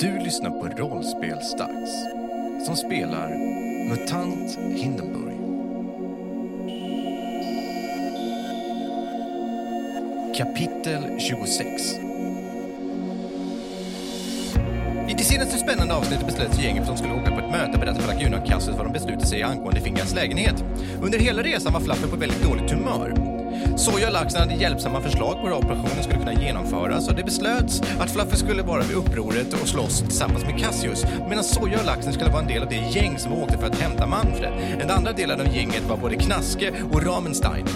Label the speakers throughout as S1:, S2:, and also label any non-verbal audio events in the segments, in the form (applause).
S1: Du lyssnar på Rollspelsdags som spelar MUTANT Hindenburg. Kapitel 26 I det senaste spännande avsnittet beslöt sig gänget att de skulle åka på ett möte och berätta för lagunakastet vad de beslutat sig angående Fingas lägenhet. Under hela resan var Flapper på väldigt dåligt humör. Soja och Laxen hade hjälpsamma förslag på hur operationen skulle kunna genomföras och det beslöts att Flapper skulle vara vid upproret och slåss tillsammans med Cassius medan Soja och Laxen skulle vara en del av det gäng som åkte för att hämta Manfred. Den andra delen av gänget var både Knaske och Ramenstein.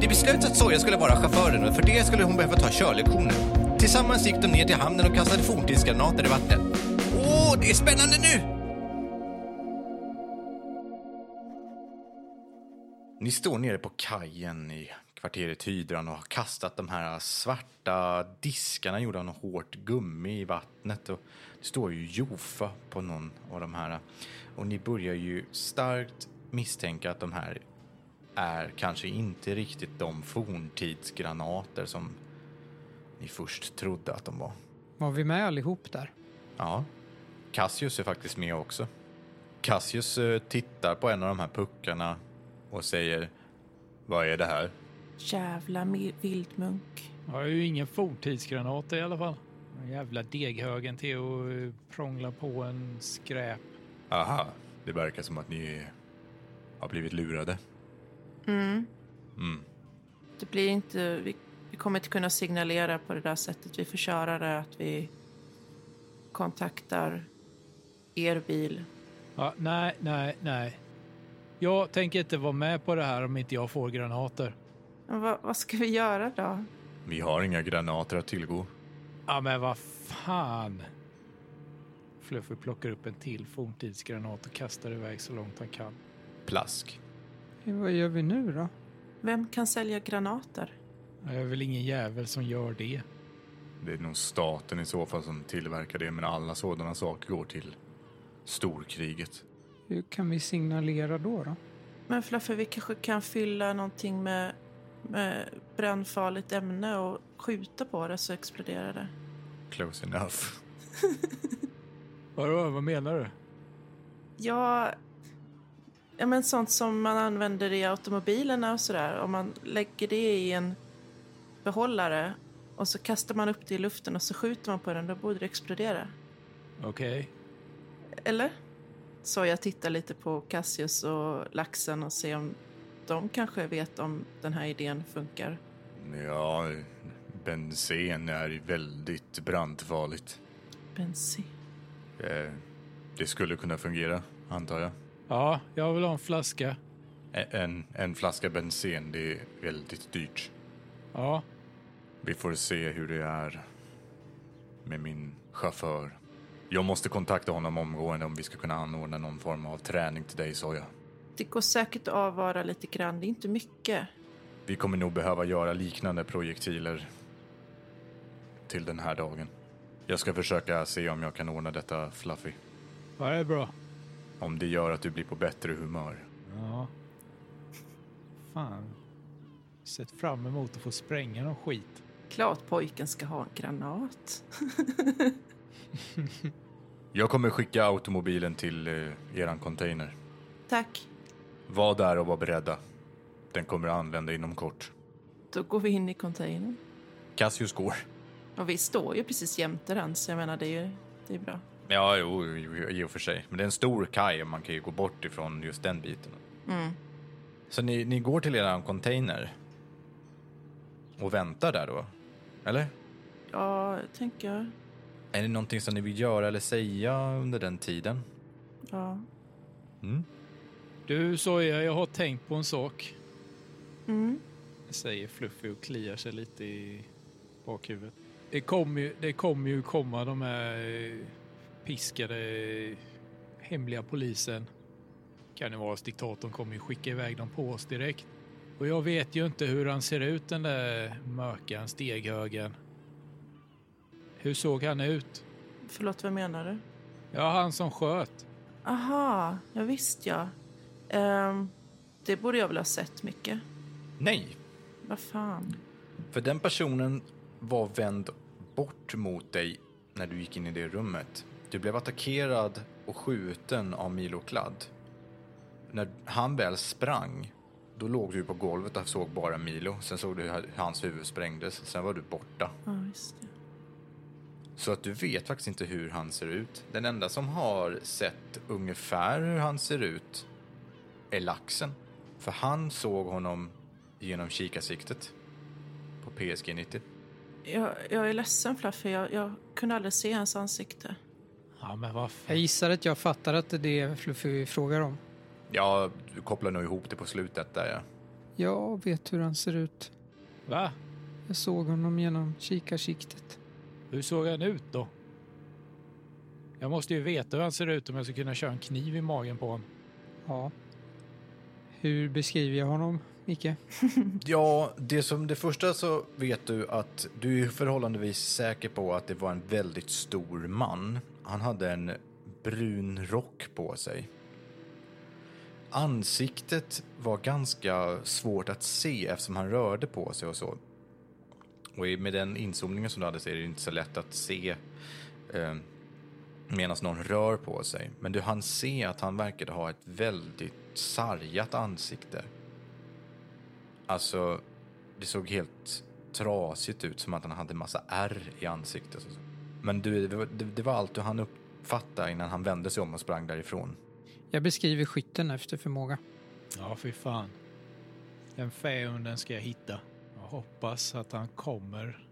S1: Det beslöts att Soja skulle vara chauffören och för det skulle hon behöva ta körlektioner. Tillsammans gick de ner till hamnen och kastade forntidsgranater i vattnet. Åh, det är spännande nu! Ni står nere på kajen i kvarteret Hydran och har kastat de här svarta diskarna gjorda av något hårt gummi i vattnet. Och det står ju Jofa på någon av de här. Och ni börjar ju starkt misstänka att de här är kanske inte riktigt de forntidsgranater som ni först trodde att de var.
S2: Var vi med allihop där?
S1: Ja, Cassius är faktiskt med också. Cassius eh, tittar på en av de här puckarna och säger Vad är det här?
S3: Jävla mi- vildmunk.
S4: Jag har ju ingen fortidsgranat i alla fall. Den jävla deghögen till att eh, prångla på en skräp.
S1: Aha, det verkar som att ni har blivit lurade.
S3: Mm.
S1: Mm.
S3: Det blir inte... Vi, vi kommer inte kunna signalera på det där sättet. Vi får köra det att vi kontaktar er bil.
S4: Ja, nej, nej, nej. Jag tänker inte vara med på det här om inte jag får granater.
S3: Men vad- vad ska vi göra då?
S1: Vi har inga granater att tillgå.
S4: Ja, men vad fan. Fluffy plockar upp en till forntidsgranat och kastar iväg så långt han kan.
S1: Plask.
S2: Vad gör vi nu då?
S3: Vem kan sälja granater?
S4: Jag är väl ingen jävel som gör det.
S1: Det är nog staten i så fall som tillverkar det, men alla sådana saker går till storkriget.
S2: Hur kan vi signalera då? då?
S3: Men Fluffy, vi kanske kan fylla någonting med, med brännfarligt ämne och skjuta på det så exploderar det.
S1: Close enough.
S4: Vadå, vad menar du?
S3: Ja, ja men sånt som man använder i automobilerna och sådär. Om man lägger det i en behållare och så kastar man upp det i luften och så skjuter man på den, då borde det explodera.
S4: Okej.
S3: Eller? Så jag tittar lite på Cassius och laxen och ser om de kanske vet om den här idén funkar.
S1: Ja, bensen är väldigt brandfarligt.
S3: Bensin.
S1: Eh, Det skulle kunna fungera, antar jag.
S4: Ja, jag vill ha en flaska.
S1: E- En, en flaska bensen, det är väldigt dyrt.
S4: Ja,
S1: Vi får se hur det är med min chaufför. Jag måste kontakta honom omgående om vi ska kunna anordna någon form av träning till dig, Soja.
S3: Det går säkert att avvara lite grann, det är inte mycket.
S1: Vi kommer nog behöva göra liknande projektiler till den här dagen. Jag ska försöka se om jag kan ordna detta, Fluffy.
S4: ja, det är bra.
S1: Om det gör att du blir på bättre humör.
S4: Ja. Fan. Sett fram emot att få spränga någon skit.
S3: Klart pojken ska ha en granat. (laughs)
S1: Jag kommer skicka automobilen till eh, eran container.
S3: Tack,
S1: Var där och var beredda. Den kommer att anlända inom kort.
S3: då går vi in i containern.
S1: Cassius går.
S3: Och vi står ju precis jämte den, så jag menar det är ju det är bra.
S1: Ja, jo, jo, i och för sig. Men det är en stor kaj och man kan ju gå bort ifrån just den biten.
S3: Mm.
S1: Så ni, ni går till eran container och väntar där då? Eller?
S3: Ja, tänker jag.
S1: Är det någonting som ni vill göra eller säga under den tiden?
S3: Ja.
S1: Mm.
S4: Du Soja, jag har tänkt på en sak.
S3: Mm.
S4: Säger Fluffy och kliar sig lite i bakhuvudet. Det kommer ju, det kommer ju komma de här eh, piskade eh, hemliga polisen. Kan det vara att diktatorn kommer ju skicka iväg dem på oss direkt. Och jag vet ju inte hur han ser ut den där mökan, steghögen. Hur såg han ut?
S3: Förlåt, vad menar du?
S4: Ja, han som sköt.
S3: Aha, ja visst ja. Ehm, det borde jag väl ha sett mycket.
S1: Nej,
S3: Vad fan.
S1: för den personen var vänd bort mot dig när du gick in i det rummet. Du blev attackerad och skjuten av Milo Kladd. När han väl sprang, då låg du på golvet och såg bara Milo. Sen såg du hur hans huvud sprängdes, sen var du borta.
S3: Ja, just det.
S1: Så att du vet faktiskt inte hur han ser ut. Den enda som har sett ungefär hur han ser ut är laxen. För han såg honom genom kikarsiktet på PSG 90.
S3: Jag, jag är ledsen Fluffy, jag, jag kunde aldrig se hans ansikte.
S4: Ja, men vad
S5: Jag
S4: fan.
S5: gissar att jag fattar att det är det Fluffy frågar om.
S1: Ja, du kopplar nog ihop det på slutet där ja.
S5: Jag vet hur han ser ut.
S4: Va?
S5: Jag såg honom genom kikarsiktet.
S4: Hur såg han ut då? Jag måste ju veta hur han ser ut om jag ska kunna köra en kniv i magen på honom.
S5: Ja. Hur beskriver jag honom, Micke?
S1: Ja, det som det första så vet du att du är förhållandevis säker på att det var en väldigt stor man. Han hade en brun rock på sig. Ansiktet var ganska svårt att se eftersom han rörde på sig och så. Och i- med den inzoomningen som du hade så är det inte så lätt att se eh, medan någon rör på sig. Men du hann se att han verkade ha ett väldigt sargat ansikte. Alltså, det såg helt trasigt ut, som att han hade massa ärr i ansiktet. och så. Men du, det, var- det, det var allt du hann uppfatta innan han vände sig om och sprang därifrån.
S5: Jag beskriver skytten efter förmåga.
S4: Ja, fy fan. Den fähunden ska jag hitta. Jag hoppas att han kommer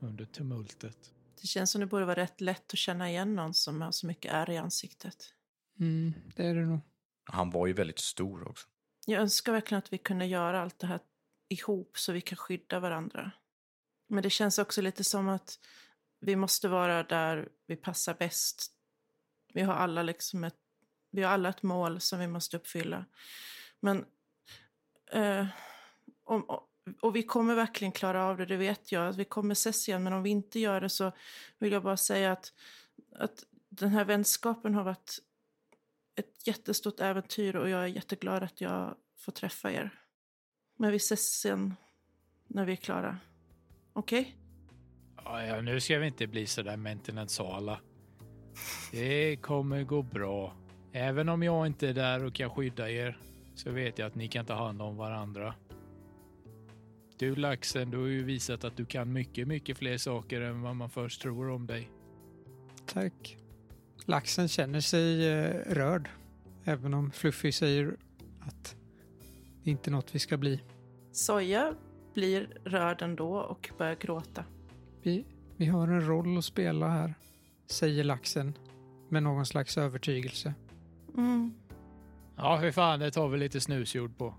S4: under tumultet.
S3: Det känns som det borde vara rätt lätt att känna igen någon som har så mycket ärr i ansiktet.
S5: Mm, det är det nog.
S1: Han var ju väldigt stor också.
S3: Jag önskar verkligen att vi kunde göra allt det här ihop så vi kan skydda varandra. Men det känns också lite som att vi måste vara där vi passar bäst. Vi har alla, liksom ett, vi har alla ett mål som vi måste uppfylla. Men... Eh, om, och vi kommer verkligen klara av det, det vet jag. Att vi kommer ses igen, men om vi inte gör det så vill jag bara säga att, att den här vänskapen har varit ett jättestort äventyr och jag är jätteglad att jag får träffa er. Men vi ses sen när vi är klara. Okej?
S4: Ja, ja, nu ska vi inte bli så där mentinansala. Det kommer gå bra. Även om jag inte är där och kan skydda er så vet jag att ni kan ta hand om varandra. Du laxen, du har ju visat att du kan mycket, mycket fler saker än vad man först tror om dig.
S5: Tack. Laxen känner sig eh, rörd, även om Fluffy säger att det inte är något vi ska bli.
S3: Soja blir rörd ändå och börjar gråta.
S5: Vi, vi har en roll att spela här, säger laxen med någon slags övertygelse.
S3: Mm.
S4: Ja, för fan, det tar vi lite snusjord på.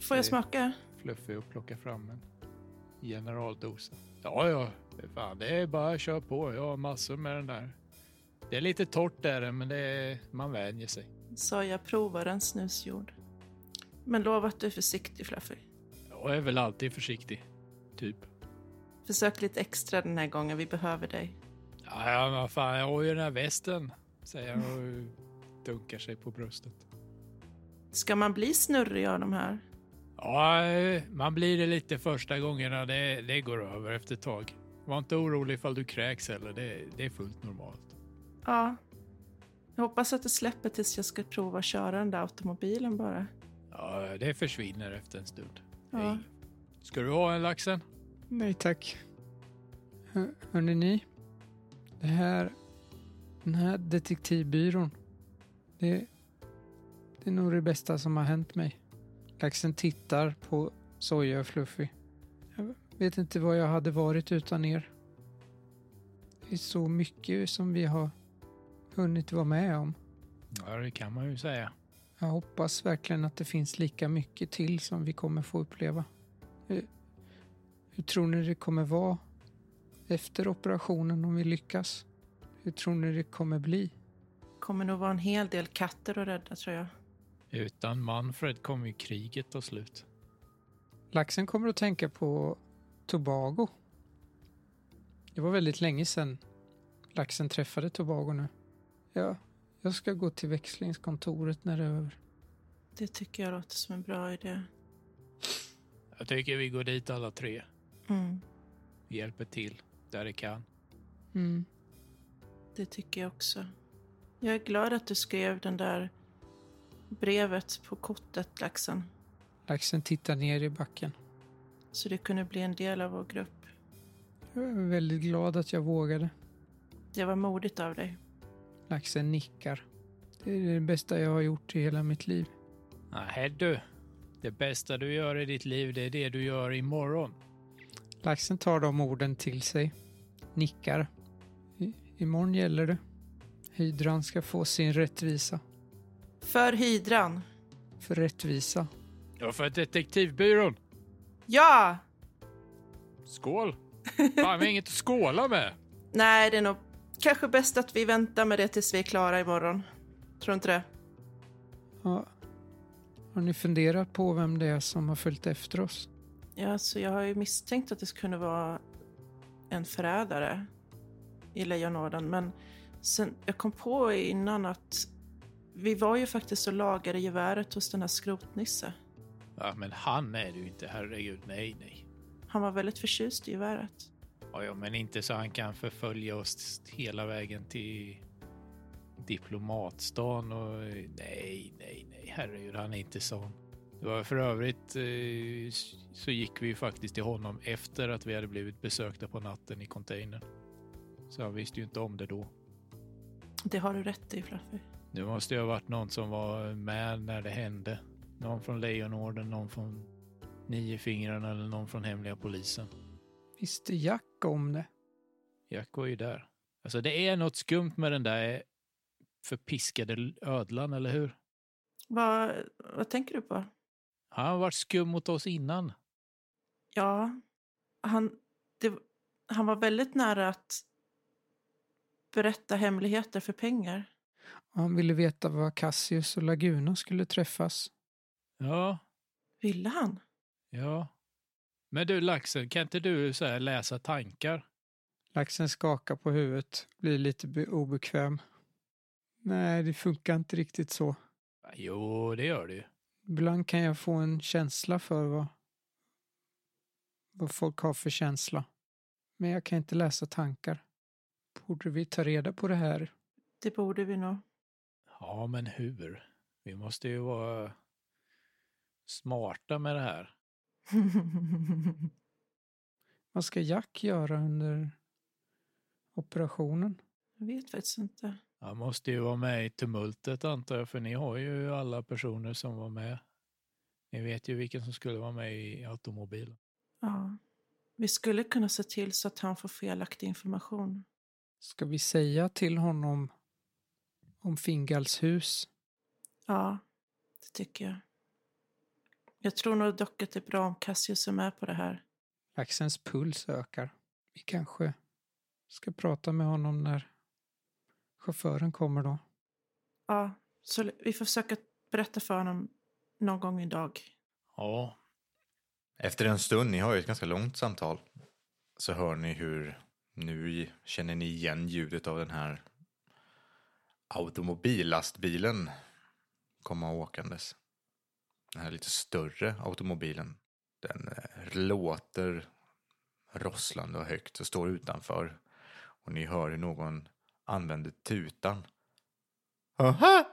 S3: Får jag
S4: Okej.
S3: smaka?
S4: Fluffy och plocka fram en generaldosa. Ja, ja, för fan, det är bara att köra på. Jag har massor med den där. Det är lite torrt där, men det är, man vänjer sig.
S3: Soja provar en snusjord. Men lova att du är försiktig Fluffy.
S4: Jag är väl alltid försiktig, typ.
S3: Försök lite extra den här gången, vi behöver dig.
S4: Ja, ja, men vad fan, jag har ju den här västen, säger han och dunkar sig på bröstet.
S3: Ska man bli snurrig av de här?
S4: Ja, man blir det lite första gångerna. Det, det går över efter ett tag. Var inte orolig ifall du kräks heller. Det, det är fullt normalt.
S3: Ja. Jag hoppas att det släpper tills jag ska prova att köra den där automobilen bara.
S4: Ja, det försvinner efter en stund.
S3: Ja.
S4: Hej. Ska du ha en laxen?
S5: Nej tack. Hör, hörni ni? Det här... Den här detektivbyrån. Det, det är nog det bästa som har hänt mig. Laxen tittar på Soja och Fluffy. Jag vet inte vad jag hade varit utan er. Det är så mycket som vi har hunnit vara med om.
S4: Ja, det kan man ju säga.
S5: Jag hoppas verkligen att det finns lika mycket till som vi kommer få uppleva. Hur, hur tror ni det kommer vara efter operationen om vi lyckas? Hur tror ni det kommer bli?
S3: kommer nog vara en hel del katter att rädda tror jag.
S4: Utan Manfred kommer ju kriget ta slut.
S5: Laxen kommer att tänka på Tobago. Det var väldigt länge sedan laxen träffade Tobago nu. Ja, jag ska gå till växlingskontoret när det är över.
S3: Det tycker jag låter som en bra idé.
S4: Jag tycker vi går dit alla tre.
S3: Mm.
S4: Vi hjälper till där det kan.
S5: Mm.
S3: Det tycker jag också. Jag är glad att du skrev den där brevet på kortet, Laxen.
S5: Laxen tittar ner i backen.
S3: Så du kunde bli en del av vår grupp.
S5: Jag är väldigt glad att jag vågade.
S3: Det var modigt av dig.
S5: Laxen nickar. Det är det bästa jag har gjort i hela mitt liv.
S4: Nej du. Det bästa du gör i ditt liv, det är det du gör imorgon.
S5: Laxen tar de orden till sig, nickar. I, imorgon gäller det. Hydran ska få sin rättvisa.
S3: För hydran.
S5: För rättvisa.
S4: Ja, för detektivbyrån.
S3: Ja!
S4: Skål! Fan, vi har inget att skåla med.
S3: Nej, det är nog kanske bäst att vi väntar med det tills vi är klara imorgon. Tror du inte det?
S5: Ja. Har ni funderat på vem det är som har följt efter oss?
S3: Ja, så jag har ju misstänkt att det kunde vara en förrädare i Lejonorden. Men sen, jag kom på innan att vi var ju faktiskt och lagade geväret hos den här skrotnisse.
S4: Ja, men han är du inte. Herregud, nej, nej.
S3: Han var väldigt förtjust i geväret.
S4: Ja, ja, men inte så han kan förfölja oss hela vägen till diplomatstan och eh, nej, nej, nej, herregud, han är inte sån. Det var för övrigt eh, s- så gick vi ju faktiskt till honom efter att vi hade blivit besökta på natten i containern. Så han visste ju inte om det då.
S3: Det har du rätt i, Fluffy.
S4: Det måste ju ha varit någon som var med när det hände. Någon från Lejonorden, någon från Nio fingrarna eller någon från hemliga polisen.
S5: Visste Jack om det?
S4: Jack var ju där. Alltså det är något skumt med den där förpiskade ödlan, eller hur?
S3: Vad, vad tänker du på?
S4: Han har varit skum mot oss innan.
S3: Ja, han, det, han var väldigt nära att berätta hemligheter för pengar.
S5: Och han ville veta var Cassius och Laguna skulle träffas.
S4: Ja,
S3: Ville han?
S4: ja. Men du Laxen, kan inte du så här läsa tankar?
S5: Laxen skakar på huvudet, blir lite be- obekväm. Nej, det funkar inte riktigt så.
S4: Jo, det gör du ju.
S5: Ibland kan jag få en känsla för vad, vad folk har för känsla. Men jag kan inte läsa tankar. Borde vi ta reda på det här?
S3: Det borde vi nog. (laughs)
S4: Ja, men hur? Vi måste ju vara smarta med det här.
S5: Vad ska Jack göra under operationen?
S3: jag vet faktiskt inte.
S4: Han måste ju vara med i tumultet antar jag, för ni har ju alla personer som var med. Ni vet ju vilken som skulle vara med i automobilen.
S3: Ja. Vi skulle kunna se till så att han får felaktig information.
S5: Ska vi säga till honom om Fingals hus?
S3: Ja, det tycker jag. Jag tror nog dock att det är bra om Cassius är med på det här.
S5: Laxens puls ökar. Vi kanske ska prata med honom när chauffören kommer då.
S3: Ja, så l- vi får försöka berätta för honom någon gång idag.
S4: Ja,
S1: Efter en stund, ni har ju ett ganska långt samtal, så hör ni hur nu känner ni igen ljudet av den här automobillastbilen komma åkandes. Den här lite större automobilen. Den eh, låter rosslande och högt och står utanför. Och ni hör hur någon använder tutan. Aha!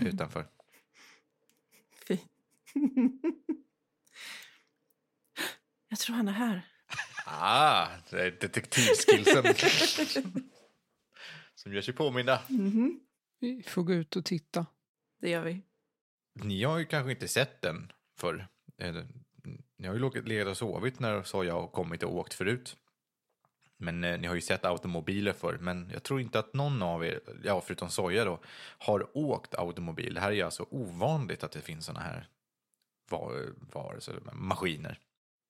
S1: Utanför.
S3: Fy. (laughs) jag tror han är här.
S1: Ah, det är detektivskillsen. Som gör sig påminna.
S5: Vi får gå ut och titta.
S3: Mhm. Det gör vi.
S1: Ni har ju kanske inte sett den förr. Eh, Ni har ju låg- legat och sovit när sa jag har kommit och åkt förut. Men eh, ni har ju sett automobiler förr, men jag tror inte att någon av er, ja förutom Soja då, har åkt automobil. Det här är ju alltså ovanligt att det finns såna här var- varelser, maskiner.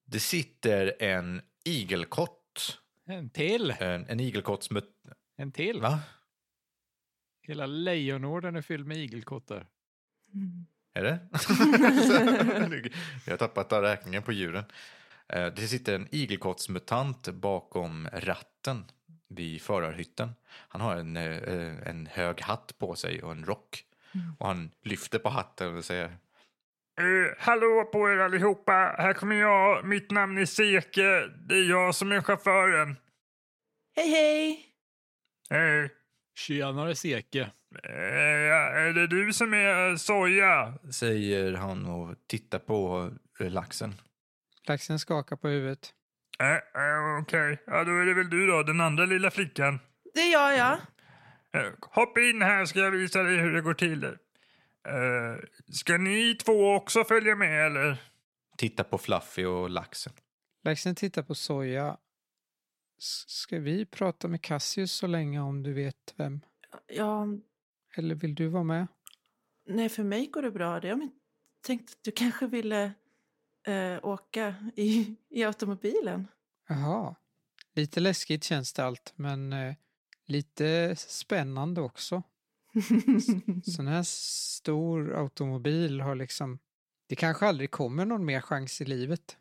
S1: Det sitter en igelkott,
S4: en till!
S1: en, en igelkott som... ett-
S4: En till!
S1: Va?
S4: Hela lejonorden är fylld med igelkottar.
S3: Mm.
S1: Är det? jag har tappat all räkningen på djuren. Eh, Det sitter en igelkottsmutant bakom ratten vid förarhytten. Han har en, eh, eh, en hög hatt på sig och en rock. Och han lyfter på hatten och säger
S6: Eh, hallå på er allihopa, här kommer jag. Mitt namn är Seke. Det är jag som är chauffören.
S3: Hej, hej!
S6: Hej.
S4: Tjenare Seke.
S6: Eh, är det du som är eh, soja?
S1: Säger han och tittar på eh, laxen.
S5: Laxen skakar på huvudet.
S6: Eh, eh, Okej, ja, då är det väl du då, den andra lilla flickan.
S3: Det gör jag.
S6: Eh, Hoppa in här ska jag visa dig hur det går till. Eh, Ska ni två också följa med eller?
S1: Tittar på Fluffy och laxen.
S5: Laxen tittar på Soja. S- Ska vi prata med Cassius så länge om du vet vem?
S3: Ja,
S5: Eller vill du vara med?
S3: nej, för mig går det bra. Det- Jag tänkte att du kanske ville eh, åka i, i (laughs) automobilen.
S5: Jaha. Lite läskigt känns det allt, men eh, lite spännande också. Sån här stor automobil har liksom... Det kanske aldrig kommer någon mer chans i livet.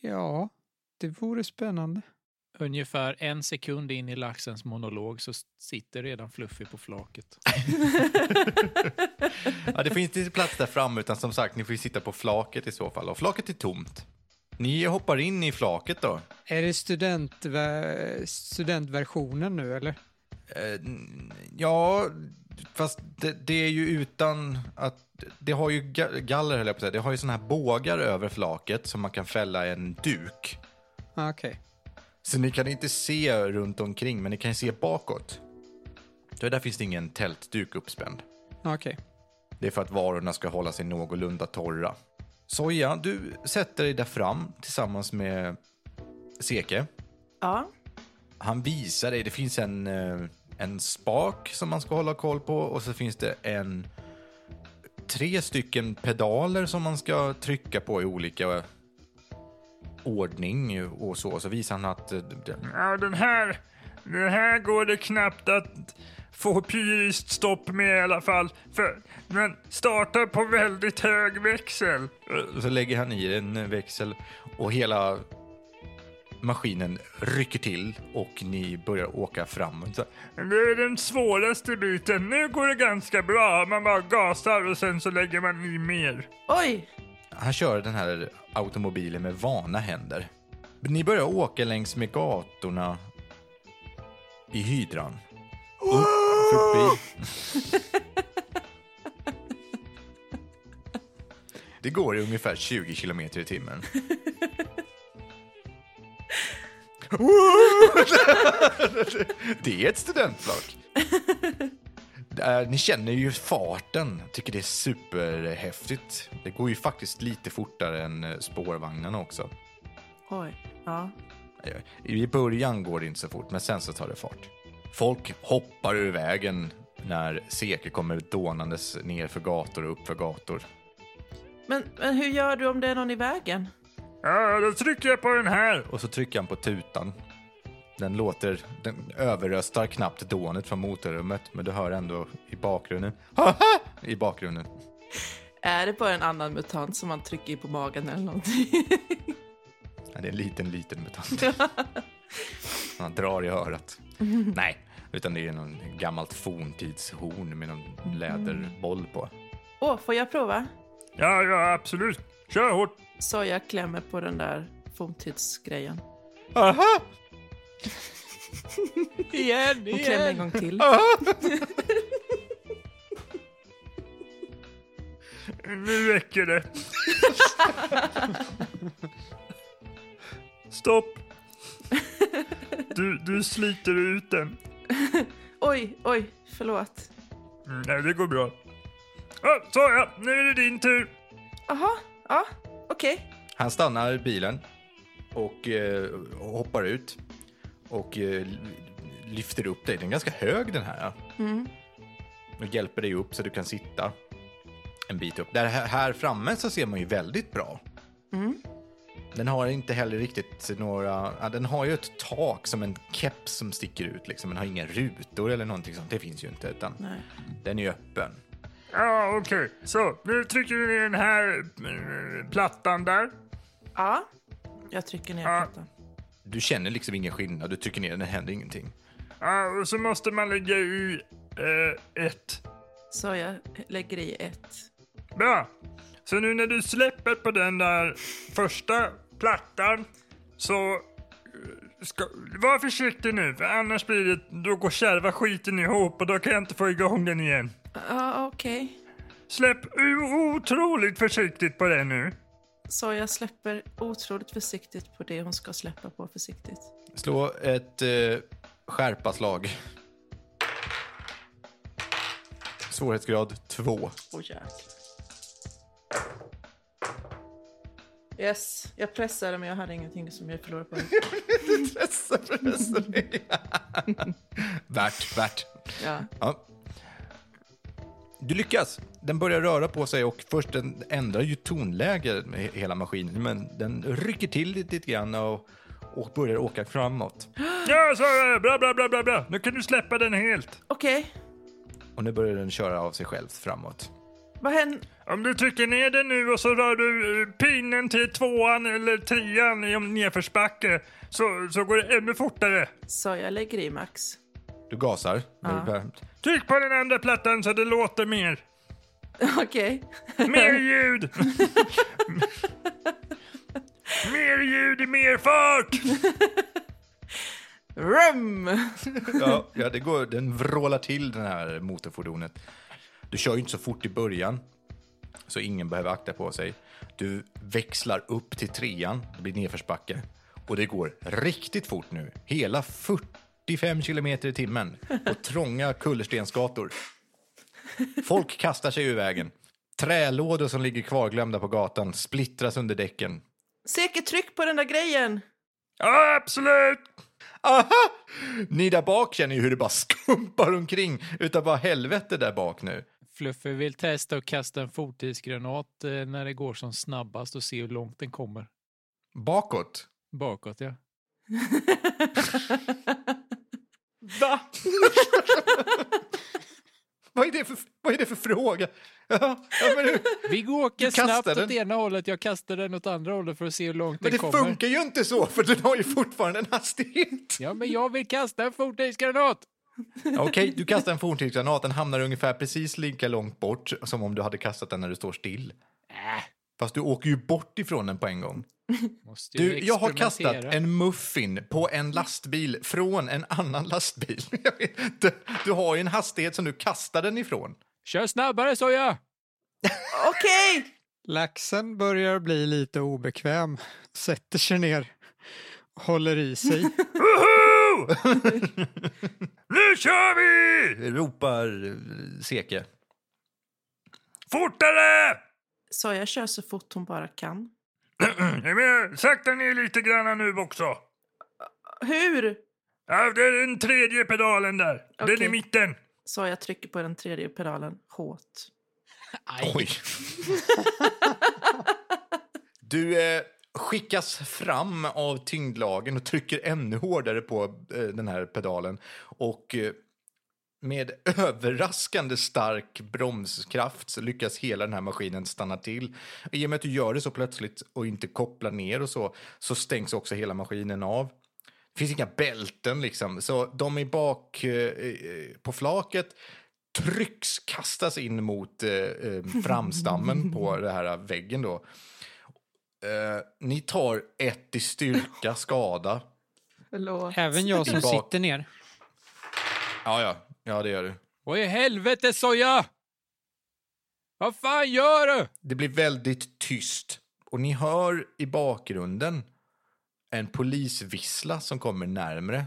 S5: Ja, det vore spännande.
S4: Ungefär en sekund in i laxens monolog så s- sitter redan Fluffy på flaket.
S1: Ja, det finns inte plats där framme utan som sagt, ni får ju sitta på flaket i så fall. Och flaket är tomt. Ni hoppar in i flaket då.
S5: Är det studentver- studentversionen nu, eller?
S1: Eh, n- ja, fast det, det är ju utan att... Det har ju ga- galler, höll jag på att säga. Det har ju såna här bågar över flaket som man kan fälla en duk.
S5: Ah, Okej.
S1: Så ni kan inte se runt omkring, men ni kan ju se bakåt. Så där finns det ingen tältduk uppspänd.
S5: Ah, Okej.
S1: Det är för att varorna ska hålla sig någorlunda torra. Soja, du sätter dig där fram tillsammans med Seke.
S3: ja,
S1: Han visar dig, det finns en, eh, en spak som man ska hålla koll på och så finns det en tre stycken pedaler som man ska trycka på i olika ordning och så. Så visar han att eh, det-
S6: Ja, den här, den här går det knappt att få pyriskt stopp med i alla fall. För den startar på väldigt hög växel.
S1: Och Så lägger han i en växel och hela maskinen rycker till och ni börjar åka framåt. Så-
S6: Det är den svåraste biten. Nu går det ganska bra. Man bara gasar och sen så lägger man i mer.
S3: oj!
S1: Han kör den här automobilen med vana händer. Ni börjar åka längs med gatorna i hydran. Upp, förbi. Det går i ungefär 20 kilometer i timmen. (laughs) Det är ett studentflak. Där, Eh, ni känner ju farten. Tycker det är superhäftigt. Det går ju faktiskt lite fortare än eh, spårvagnarna också. Eh,
S3: Oj, ja.
S1: I början går det inte så fort, men sen så tar det fart. Folk hoppar ur vägen när Seke kommer dånandes ner för gator och upp för gator.
S3: Men, men hur gör du om det är någon i vägen?
S6: Ja, då trycker jag på den här.
S1: Och så trycker han på tutan. Den låter, den överröstar knappt dånet från motorrummet, men du hör ändå i bakgrunden. I bakgrunden.
S3: Är det bara en annan mutant som man trycker i på magen eller någonting?
S1: Ja, det är en liten, liten mutant. Han drar i örat. Nej, utan det är någon gammalt forntidshorn med någon läderboll på.
S3: (laughs) Åh, får jag prova?
S6: Ja, ja, absolut. Kör hårt.
S3: Så jag klämmer på den där forntidsgrejen. (laughs)
S1: Aha!
S4: Igen,
S3: Och klämmer en gång till.
S6: Nu räcker det. Stopp. Du, du sliter ut den.
S3: Oj, oj, förlåt.
S6: Mm, Nej, det går bra. Ah, så ja, nu är det din tur.
S3: Aha, ja, okej.
S1: Han stannar bilen och eh, hoppar ut och eh, lyfter upp dig. Den är ganska hög den här. Och hjälper dig upp så du kan sitta en bit upp. Där, här framme så ser man ju väldigt bra. Den har inte heller riktigt några... Ja, den har ju ett tak som en keps som sticker ut liksom. Den har inga rutor eller någonting sånt. Det finns ju inte utan
S3: Nej.
S1: den är ju öppen.
S6: Ja, okej. Så, nu trycker du ner den här eh, plattan där.
S3: Ja, jag trycker ner
S6: Ja.
S3: plattan.
S1: Du känner liksom ingen skillnad. Du trycker ner den, det händer ingenting.
S6: Ja, och så måste man lägga i eh, ett.
S3: Så jag lägger i ett.
S6: Bra. Så nu när du släpper på den där första plattan så eh, Ska, var försiktig nu, för annars blir det, då går kärva skiten ihop och då kan jag inte få igång den igen.
S3: Ja, okej.
S6: Släpp o- otroligt försiktigt på det nu.
S3: Så jag släpper otroligt försiktigt på det hon ska släppa på försiktigt.
S1: Slå ett eh, skärpaslag. Svårighetsgrad 2.
S3: Åh jäklar. Yes, jag pressade men jag hade ingenting som jag förlorade på.
S1: Värt, värt.
S3: (laughs) Ja.
S1: Ja. Du lyckas. Den börjar röra på sig och först den ändrar ju tonläge med he- hela maskinen, men den rycker till lite grann och, och börjar åka framåt.
S6: Ja, så eh, bra, bra, bra, bra, bra. Nu kan du släppa den helt.
S3: Okej,
S1: Och nu börjar den köra av sig själv framåt.
S3: vad händer?
S6: Om du trycker ner den nu och så rör du eh, pinnen till tvåan eller trean i en nedförsbacke så, så går det ännu fortare.
S3: Så jag lägger i Max. (laughs)
S1: Du gasar.
S6: Tryck på den andra plattan så det låter mer.
S3: Okej.
S6: Mer ljud! mer ljud i mer fart!
S3: Rum!
S1: Ja, ja, det går, den vrålar till den här motorfordonet. Du kör ju inte så fort i början, så ingen behöver akta på sig. Du växlar upp till trean, det blir nedförsbacke. Och det går riktigt fort nu. Hela 45 kilometer i timmen på trånga kullerstensgator. Folk kastar sig ur vägen. Trälådor som ligger kvarglömda på gatan splittras under däcken.
S3: Säkert tryck på den där grejen!
S6: Ja, absolut!
S1: Aha! Ni där bak känner ju hur det bara skumpar omkring utav bara helvete där bak nu.
S4: Fluffy vill testa att kasta en fortidsgranat eh, när det går som snabbast och se hur långt den kommer.
S1: Bakåt?
S4: Bakåt, ja.
S1: Va? (laughs) vad, är det för, vad är det för fråga? ja, men, hur-
S4: Vi åker
S1: Du kastar
S4: snabbt åt
S1: den.
S4: ena hållet, jag kastar den åt andra hållet för att se hur långt
S1: men det
S4: den kommer.
S1: funkar ju inte så, för den har ju fortfarande en hastighet.
S4: Ja, men jag vill kasta en fortidsgranat!
S1: (laughs) Okej, du kastar en forntidsgranat. Den hamnar ungefär precis lika långt bort som om du hade kastat den när du står still. Äh. Fast du åker ju bort ifrån den på en gång.
S4: Måste ju
S1: Du, jag har kastat
S4: experimentera.
S1: en muffin på en lastbil från en annan lastbil. (laughs) Jag vet inte. Du har ju en hastighet som du kastar den ifrån.
S4: Kör snabbare, sa jag!
S3: Okej!
S5: Laxen börjar bli lite obekväm, sätter sig ner, håller i sig.
S6: Woho! nu kör vi!
S1: Ropar eh, Seke.
S6: Fortare!
S3: Så jag kör så fort hon bara kan.
S6: Ja, men Sakta ner lite grann nu också.
S3: Hur?
S6: Ja, det är den tredje pedalen där. Den
S3: Okej.
S6: i mitten.
S3: Så jag trycker på den tredje pedalen hårt.
S1: Oj. Du eh, skickas fram av tyngdlagen och trycker ännu hårdare på eh, den här pedalen. Och eh, med överraskande stark bromskraft så lyckas hela den här maskinen stanna till. I och med att du gör det så plötsligt och inte kopplar ner och så, så stängs också hela maskinen av. Det finns inga bälten liksom, så de är bak eh, eh, på flaket trycks, kastas in mot eh, eh, framstammen på den här väggen då. Eh, ni tar ett i (laughs) styrka skada.
S3: Förlåt.
S5: (laughs) Även jag som
S1: Bak.
S5: sitter ner.
S1: Ja, ja, ja det gör du.
S4: Vad i helvete, sa jag! Vad fan gör du?
S1: Det blir väldigt tyst och ni hör i bakgrunden en polisvissla som kommer närmre.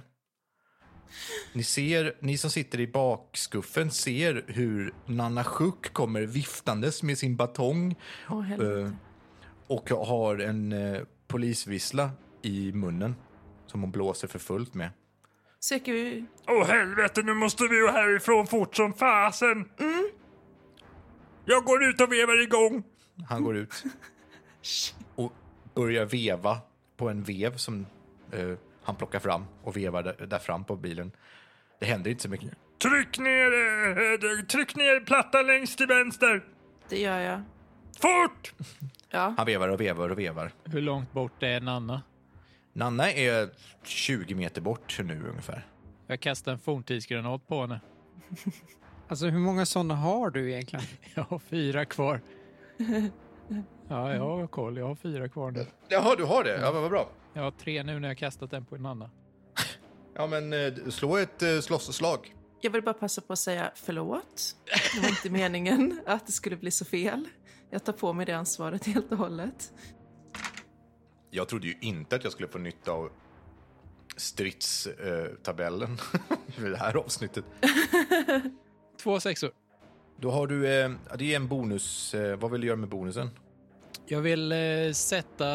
S1: Ni, ser, ni som sitter i bakskuffen ser hur Nanna Sjuk kommer viftandes med sin batong
S3: Åh, helvete.
S1: eh, och har en eh, polisvissla i munnen som hon blåser för fullt med.
S3: Söker vi...
S6: Åh helvete, nu måste vi ju härifrån fort som fasen. Jag går ut och vevar igång.
S1: Han går ut och börjar veva på en vev som eh, han plockar fram och vevar där, där fram på bilen. Det händer inte så mycket.
S6: Tryck ner, eh, eh, tryck ner plattan längst till vänster.
S3: Det gör jag.
S6: Fort!
S3: Ja.
S1: Han vevar och vevar och vevar.
S4: Hur långt bort är Nanna?
S1: Nanna är 20 meter bort nu ungefär.
S4: Jag kastar en forntidsgranat på henne.
S5: Alltså hur många sådana har du egentligen?
S4: (laughs) Jag har fyra kvar. Ja, jag har koll. Jag har fyra kvar nu.
S1: Jaha, du har det? Eh, Ja, men vad bra.
S4: Jag har tre nu när jag kastat en på en annan.
S1: Ja, men eh, slå ett eh, slåsslag.
S3: Jag vill bara passa på att säga förlåt. Det var inte meningen (laughs) att det skulle bli så fel. Jag tar på mig det ansvaret helt och hållet.
S1: Jag trodde ju inte att jag skulle få nytta av stridstabellen eh, (laughs) i det här avsnittet.
S4: Två sexor.
S1: Då har du, eh, ja, det är en bonus. Eh, vad vill du göra med bonusen?
S4: Jag vill eh, sätta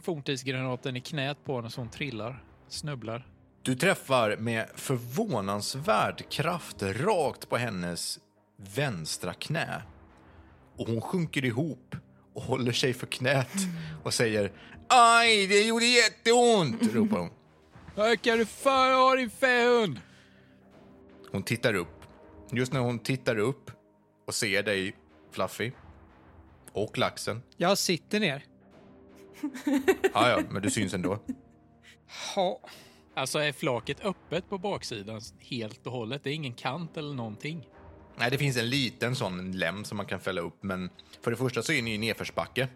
S4: forntidsgranaten i knät på henne så hon trillar, snubblar.
S1: Du träffar med förvånansvärd kraft rakt på hennes vänstra knä. Och hon sjunker ihop och håller sig för knät och säger Aj, det gjorde jätteont! ropar hon.
S4: Här kan du fan ha din fähund!
S1: Hon tittar upp. Just när hon tittar upp och ser dig, Fluffy, och laxen.
S5: Jag sitter ner.
S1: Ah, ja, men du syns ändå.
S5: Ja.
S4: Alltså är flaket öppet på baksidan helt och hållet? Det är ingen kant eller någonting.
S1: Nej, det finns en liten sån läm som man kan fälla upp, men för det första så är ni i nedförsbacke.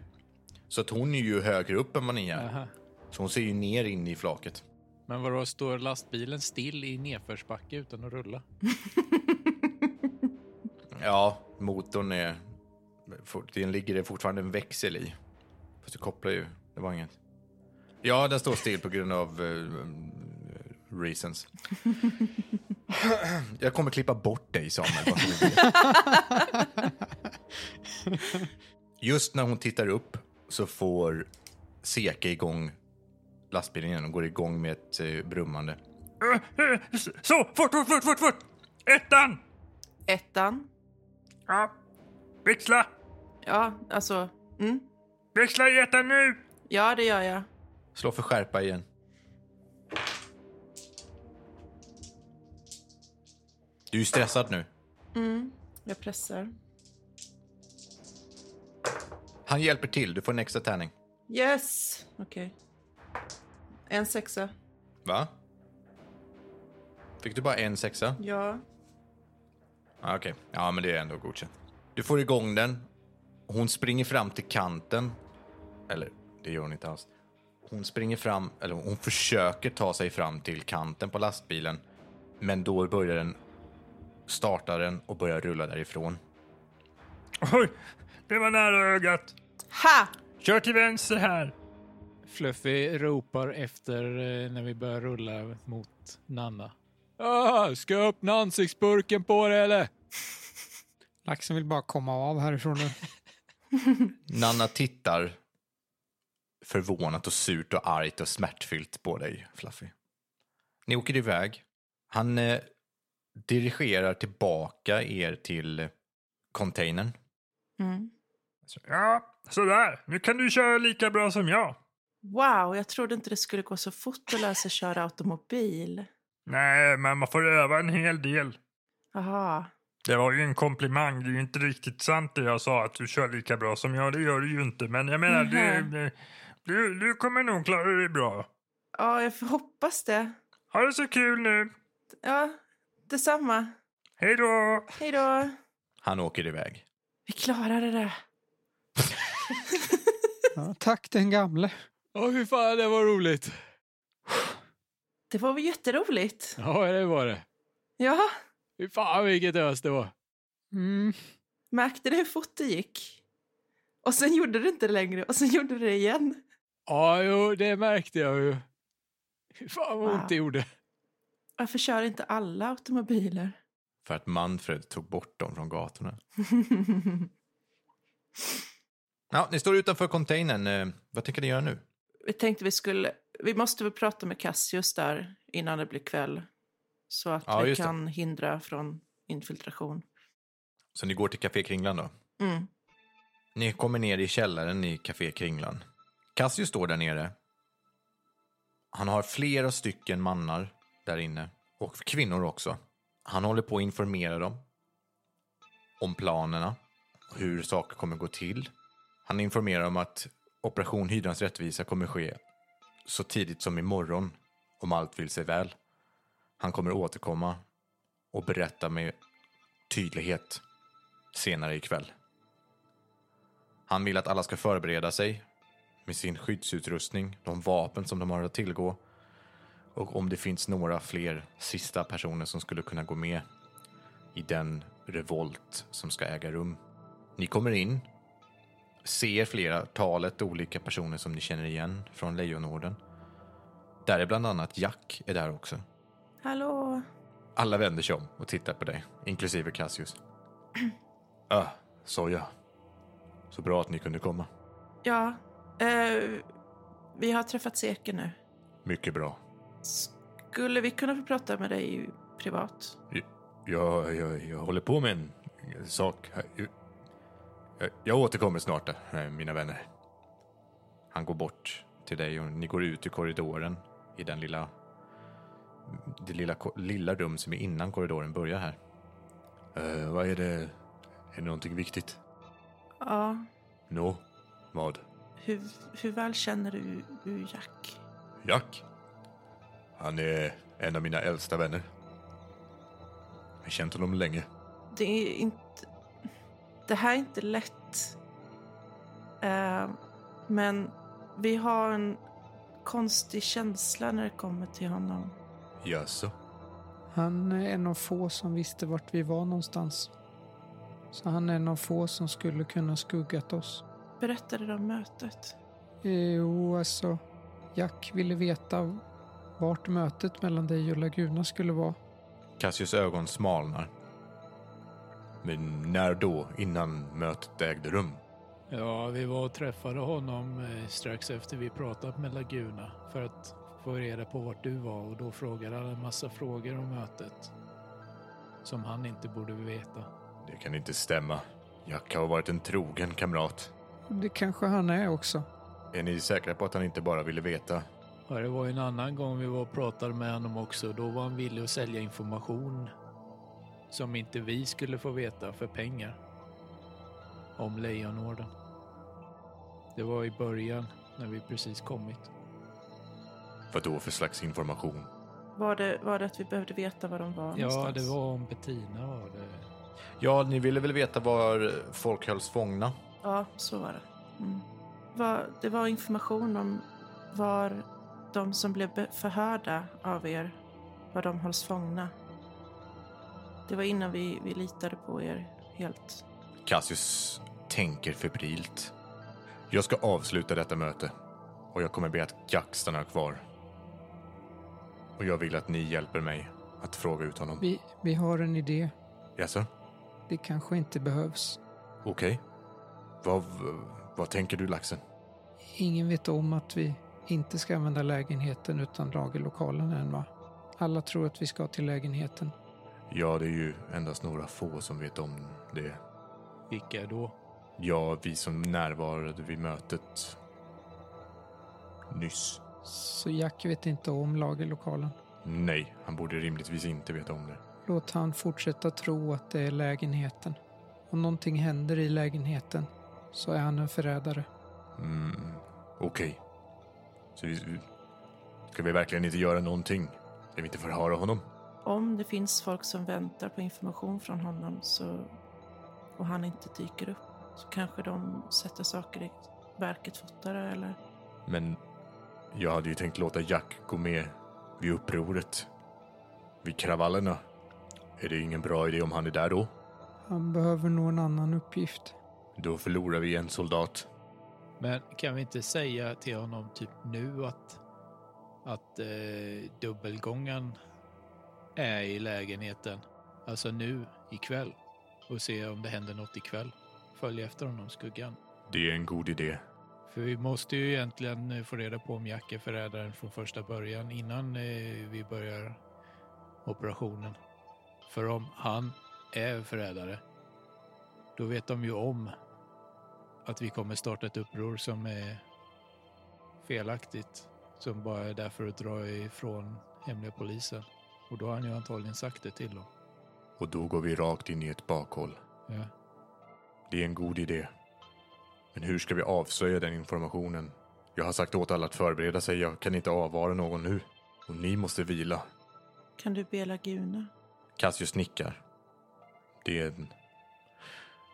S1: Så att hon är ju högre upp än vad ni är.
S4: Aha.
S1: Så hon ser ju ner in i flaket.
S4: Men vadå, står lastbilen still i nedförsbacke utan att rulla?
S1: Ja, motorn är... for- Den ligger det fortfarande en växel i. Fast du kopplar ju. Det var inget. Ja, den står still på grund av eh, reasons. Jag kommer klippa bort dig, Samuel. vad som är det. Just när hon tittar upp så får Seke igång lastbilen igen och går igång med ett eh, brummande.
S6: Eh, eh, Så, fort, fort, fort, fort, fort! Ettan!
S3: Ettan.
S6: Ja. Växla!
S3: Ja, alltså. Mm.
S6: Växla i ettan nu!
S3: Ja, det gör jag.
S1: Slå för skärpa igen. Du är ju stressad nu.
S3: Mm. Jag pressar.
S1: Han hjälper till. Du får en extra tärning.
S3: Yes! Okej. En sexa.
S1: Va? Fick du bara en sexa?
S3: Ja.
S1: Ah, Okej. Ja, men det är ändå godkänt. Du får igång den. Hon springer fram till kanten. Eller, det gör hon inte alls. Hon springer fram, eller hon försöker ta sig fram till kanten på lastbilen. Men då börjar den starta den och börjar rulla därifrån.
S6: Oj, det var nära ögat.
S3: Ha!
S6: Kör till vänster här.
S4: Fluffy ropar efter eh, när vi börjar rulla mot Nanna. Ah, ska jag öppna ansiktsburken på dig eller?
S5: Laxen vill bara komma av härifrån nu.
S1: Nanna tittar förvånat och surt och argt och smärtfyllt på dig, Fluffy. Ni åker iväg. Han eh, dirigerar tillbaka er till containern.
S3: Mm.
S6: Så, Ja, sådär. Nu kan du köra lika bra som jag.
S3: Wow, jag trodde inte det skulle gå så fort att lära sig köra automobil.
S6: Nej, men man får öva en hel del.
S3: Aha.
S6: Det var ju en komplimang. Det är ju inte riktigt sant det jag sa att du kör lika bra som jag. Det gör du ju inte. Men jag menar,
S3: Mhm.
S6: du, du, du kommer nog klara dig bra.
S3: Ja, jag får hoppas det.
S6: Ha det så kul nu.
S3: Ja, detsamma.
S6: Hej då!
S3: Hej då.
S1: Han åker iväg.
S3: Vi klarade det.
S5: (laughs) Ja, tack den gamle.
S4: Åh, fy fan, det var roligt.
S3: Det var väl jätteroligt?
S4: Ja, det var det.
S3: Ja,
S4: Fy fan, vilket ös det var.
S5: Mm.
S3: märkte du hur fort det gick? Och sen gjorde du inte det längre och sen gjorde du det igen.
S4: Ja, jo, det märkte jag ju. Fy fan vad ont det gjorde.
S3: Varför kör inte alla automobiler?
S1: För att Manfred tog bort dem från gatorna. Ja, ni står utanför containern. Eh, vad tänker ni göra nu?
S3: (laughs) vi tänkte vi skulle... Vi måste väl prata med Cassius där innan det blir kväll. Så att
S1: Ja,
S3: vi
S1: just det.
S3: kan hindra från infiltration.
S1: Så ni går till Café Kringlan då?
S3: Mm.
S1: Ni kommer ner i källaren i Café Kringlan. Cassius står där nere. Han har flera stycken mannar där inne. Och kvinnor också. Han håller på att informera dem. Om planerna. Hur saker kommer gå till. Han informerar om att Operation Hydrans Rättvisa kommer ske så tidigt som imorgon. Om allt vill sig väl. Han kommer återkomma och berätta med tydlighet senare ikväll. Han vill att alla ska förbereda sig med sin skyddsutrustning, de vapen som de har att tillgå och om det finns några fler sista personer som skulle kunna gå med i den revolt som ska äga rum. Ni kommer in, ser flera talet olika personer som ni känner igen från Lejonorden. Där är bland annat Jack är där också.
S3: Hallå?
S1: Alla vänder sig om och tittar på dig, inklusive Cassius. (clears throat) Ah, soja. Så bra att ni kunde komma.
S3: Ja, eh, vi har träffat Seke nu.
S1: Mycket bra.
S3: Skulle vi kunna få prata med dig privat?
S1: Jag, jag, jag håller på med en sak. här. Jag, jag återkommer snart, eh, mina vänner. Han går bort till dig och ni går ut i korridoren i den lilla, det lilla, ko- lilla rum som är innan korridoren börjar här. Eh, vad är det? Är det någonting viktigt?
S3: Ja.
S1: Nå? Vad?
S3: Hur, hur väl känner du, du Jack?
S1: Jack. Han är en av mina äldsta vänner. Jag har känt honom länge.
S3: Det är inte... Det här är inte lätt. Eh, men vi har en konstig känsla när det kommer till honom.
S1: Jaså?
S5: Han är en av få som visste vart vi var någonstans. Så han är en av få som skulle kunna skuggat oss.
S3: Berättade du om mötet?
S5: Eh, Jo, alltså. Jack ville veta vart mötet mellan dig och Laguna skulle vara.
S1: Cassius ögon smalnar. Men när då? Innan mötet ägde rum?
S4: Ja, vi var och träffade honom eh, strax efter vi pratat med Laguna för att få reda på vart du var och då frågade han en massa frågor om mötet som han inte borde veta.
S1: Det kan inte stämma. Jack har varit en trogen kamrat.
S5: Det kanske han är också.
S1: Är ni säkra på att han inte bara ville veta?
S4: Ja, det var ju en annan gång vi var och pratade med honom också. Då var han villig att sälja information som inte vi skulle få veta för pengar om Lejonorden. Det var i början när vi precis kommit.
S1: Vad då för slags information?
S3: Var det, var det att vi behövde veta var de var
S4: Ja,
S3: någonstans?
S4: det var om Bettina var det.
S1: Ja, ni ville väl veta var folk hölls fångna?
S3: Ja, så var det. Mm. Var, det var information om var de som blev be- förhörda av er, var de hålls fångna. Det var innan vi, vi litade på er helt.
S1: Cassius tänker febrilt. Jag ska avsluta detta möte och jag kommer be att Jack stannar kvar. Och jag vill att ni hjälper mig att fråga ut honom.
S5: Vi, vi har en idé.
S1: Jaså?
S5: Det kanske inte behövs.
S1: Okej. Vad, vad tänker du, Laxen?
S5: Ingen vet om att vi inte ska använda lägenheten utan lagerlokalen än va? Alla tror att vi ska till lägenheten.
S1: Ja, det är ju endast några få som vet om det.
S4: Vilka då?
S1: Ja, vi som närvarade vid mötet nyss.
S5: Så Jack vet inte om lagerlokalen.
S1: Nej, han borde rimligtvis inte veta om det.
S5: Låt han fortsätta tro att det är lägenheten. Om någonting händer i lägenheten så är han en förrädare.
S1: Mm, okej. Så vi, ska vi verkligen inte göra någonting? Ska vi inte förhöra honom?
S3: Om det finns folk som väntar på information från honom så, och han inte dyker upp så kanske de sätter saker i verket fortare eller
S1: Men jag hade ju tänkt låta Jack gå med vid upproret. Vid kravallerna. Är det ingen bra idé om han är där då?
S5: Han behöver nog en annan uppgift.
S1: Då förlorar vi en soldat.
S4: Men kan vi inte säga till honom typ nu att, att eh, dubbelgången är i lägenheten? Alltså nu ikväll och se om det händer något ikväll. Följ efter honom, skuggan.
S1: Det är en god idé.
S4: För vi måste ju egentligen eh, få reda på om Jack är förrädaren från första början innan eh, vi börjar operationen. För om han är förrädare, då vet de ju om att vi kommer starta ett uppror som är felaktigt. Som bara är där för att dra ifrån hemliga polisen. Och då har han ju antagligen sagt det till dem.
S1: Och då går vi rakt in i ett bakhåll.
S4: Ja.
S1: Det är en god idé. Men hur ska vi avslöja den informationen? Jag har sagt åt alla att förbereda sig. Jag kan inte avvara någon nu. Och ni måste vila.
S3: kan du be Laguna?
S1: Cassius nickar. Det är, en,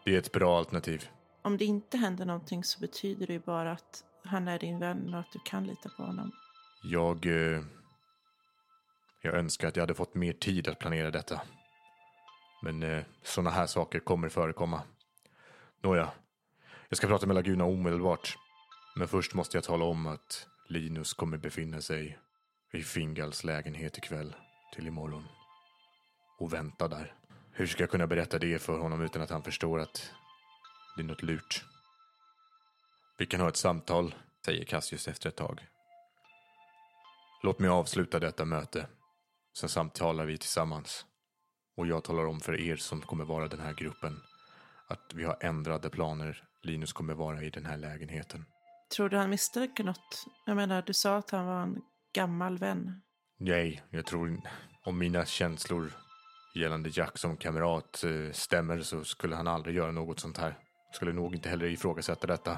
S1: det är ett bra alternativ.
S3: Om det inte händer någonting så betyder det ju bara att han är din vän och att du kan lita på honom.
S1: Jag... eh, Jag önskar att jag hade fått mer tid att planera detta. Men eh, såna här saker kommer förekomma. Nåja, jag ska prata med Laguna omedelbart. Men först måste jag tala om att Linus kommer befinna sig i Fingals lägenhet ikväll till imorgon. Och vänta där. Hur ska jag kunna berätta det för honom utan att han förstår att det är något lurt? Vi kan ha ett samtal, säger Cassius efter ett tag. Låt mig avsluta detta möte. Sen samtalar vi tillsammans. Och jag talar om för er som kommer vara den här gruppen att vi har ändrade planer. Linus kommer vara i den här lägenheten.
S3: Tror du han misstänker något? Jag menar, du sa att han var en gammal vän.
S1: Nej, jag tror om mina känslor gällande Jack som kamrat eh, stämmer så skulle han aldrig göra något sånt här. Skulle nog inte heller ifrågasätta detta.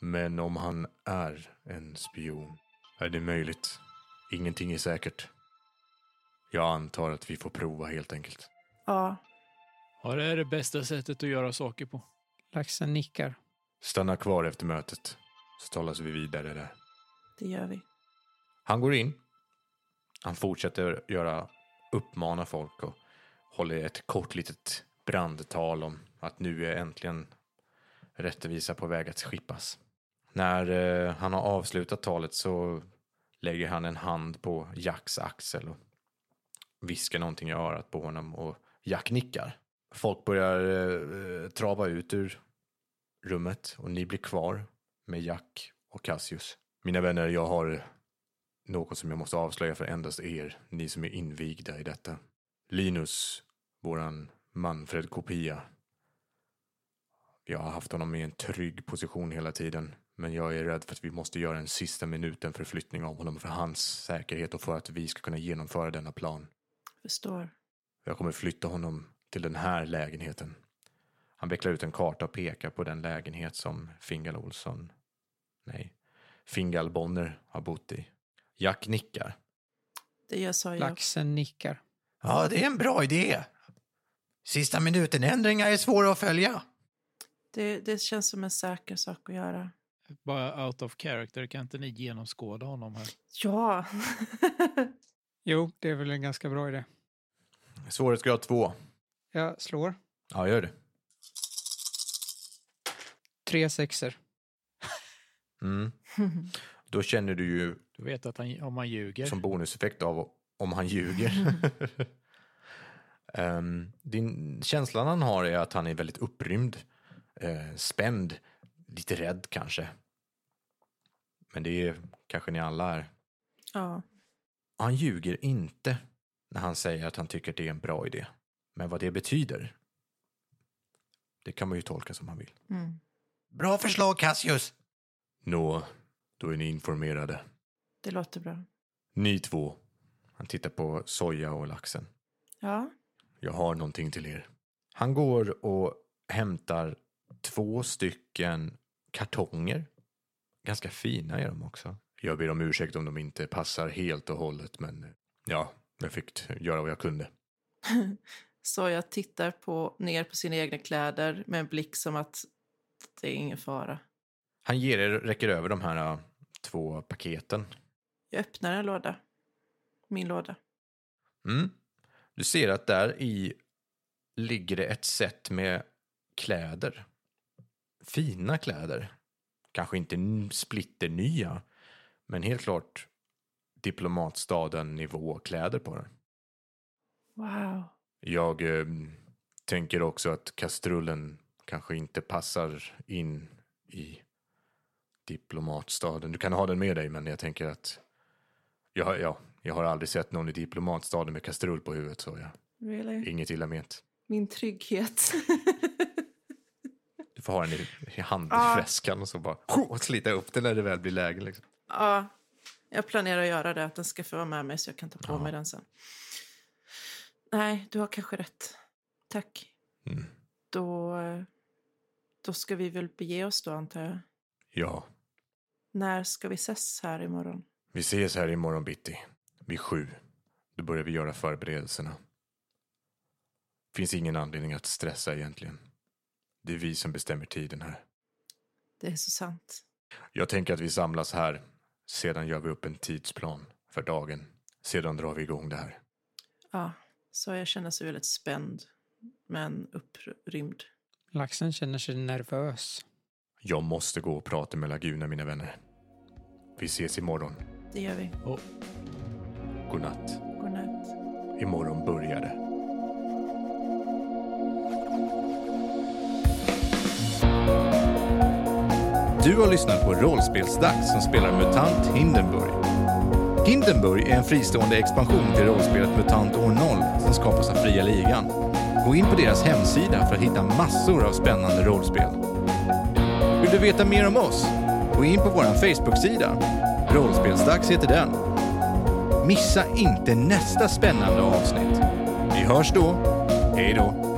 S1: Men om han är en spion är det möjligt. Ingenting är säkert. Jag antar att vi får prova helt enkelt.
S3: Ja,
S4: Ja, det är det bästa sättet att göra saker på.
S5: Laxen nickar.
S1: Stanna kvar efter mötet så talas vi vidare där.
S3: det gör vi.
S1: Han går in. Han fortsätter göra uppmana folk och håller ett kort litet brandtal om att nu är äntligen rättvisa på väg att skippas. När eh, han har avslutat talet så lägger han en hand på Jacks axel och viskar någonting i örat på honom och Jack nickar. Folk börjar eh, trava ut ur rummet och ni blir kvar med Jack och Cassius. Mina vänner, jag har något som jag måste avslöja för endast er, ni som är invigda i detta. Linus, våran Manfred-kopia. Jag har haft honom i en trygg position hela tiden, men jag är rädd för att vi måste göra en sista minuten förflyttning av honom för hans säkerhet och för att vi ska kunna genomföra denna plan.
S3: Förstår.
S1: Jag kommer flytta honom till den här lägenheten. Han vecklar ut en karta och pekar på den lägenhet som Fingal Olsson, nej, Fingal Bonner har bott i. Jack nickar.
S3: Det gör sa jag.
S5: Laxen nickar.
S1: Ja, det är en bra idé. Sista minuten-ändringar är svåra att följa.
S3: Det, det känns som en säker sak att göra.
S4: Bara out of character, kan inte ni genomskåda honom här?
S3: Ja,
S5: Jo, det är väl en ganska bra idé.
S1: Svårighetsgrad två.
S5: Jag slår.
S1: Ja, gör det.
S5: Tre sexer.
S1: Mm. Då känner du ju
S4: Du vet att han, om han ljuger.
S1: som bonuseffekt av om han (laughs) ljuger. Ehm, din, känslan han har är att han är väldigt upprymd, eh, spänd, lite rädd kanske. Men det är kanske ni alla är.
S3: (laughs) ja.
S1: Han ljuger inte när han säger att han tycker det är en bra idé. Men vad det betyder, det kan man ju tolka som man vill.
S3: Mm.
S1: Bra förslag, Cassius! Nå, då är ni informerade.
S3: Det låter bra.
S1: Ni två. Han tittar på soja och laxen.
S3: Ja,
S1: Jag har någonting till er. Han går och hämtar två stycken kartonger. Ganska fina är de också. Jag ber om ursäkt om de inte passar helt och hållet, men ja, jag fick göra vad jag kunde.
S3: så jag tittar på, ner på sina egna kläder med en blick som att det är ingen fara.
S1: Han ger er, räcker över de här äh, två paketen.
S3: Jag öppnar en låda. Min låda.
S1: Mm. Du ser att där i ligger det ett set med kläder. Fina kläder. Kanske inte n- splitternya, men helt klart diplomatstaden-nivå kläder på den.
S3: Wow.
S1: Jag eh, tänker också att kastrullen kanske inte passar in i diplomatstaden. Du kan ha den med dig, men jag tänker att... Ja, ja, jag har aldrig sett någon i diplomatstaden med kastrull på huvudet, så jag.
S3: Really?
S1: Inget illa ment.
S3: Min trygghet. (laughs)
S1: Du får ha den i, i
S3: Ja.
S1: handväskan och så bara och slita upp den när det väl blir läge. Liksom.
S3: ja, jag planerar att göra det, att den ska få vara med mig så jag kan ta på
S1: Ja.
S3: mig den sen. Nej, du har kanske rätt. Tack.
S1: Mm.
S3: Då, då ska vi väl bege oss då, antar jag.
S1: Ja,
S3: När ska vi ses här imorgon?
S1: vi ses här imorgon bitti. Vid sju. Då börjar vi göra förberedelserna. Finns ingen anledning att stressa egentligen. Det är vi som bestämmer tiden här.
S3: Det är så sant.
S1: Jag tänker att vi samlas här. Sedan gör vi upp en tidsplan för dagen. Sedan drar vi igång det här.
S3: Ja, så jag känner sig väldigt spänd, men upprymd.
S5: Laxen känner sig nervös.
S1: Jag måste gå och prata med Laguna, mina vänner. Vi ses imorgon.
S3: Det gör vi.
S1: Godnatt.
S3: Godnatt.
S1: Imorgon börjar det. Du har lyssnat på Rollspelsdags som spelar MUTANT Hindenburg. Hindenburg är en fristående expansion till rollspelet MUTANT år 0 som skapas av Fria Ligan. Gå in på deras hemsida för att hitta massor av spännande rollspel. Vill du veta mer om oss? Gå in på vår Facebook-sida. Rollspelsdags heter den. Missa inte nästa spännande avsnitt. Vi hörs då. Hej då.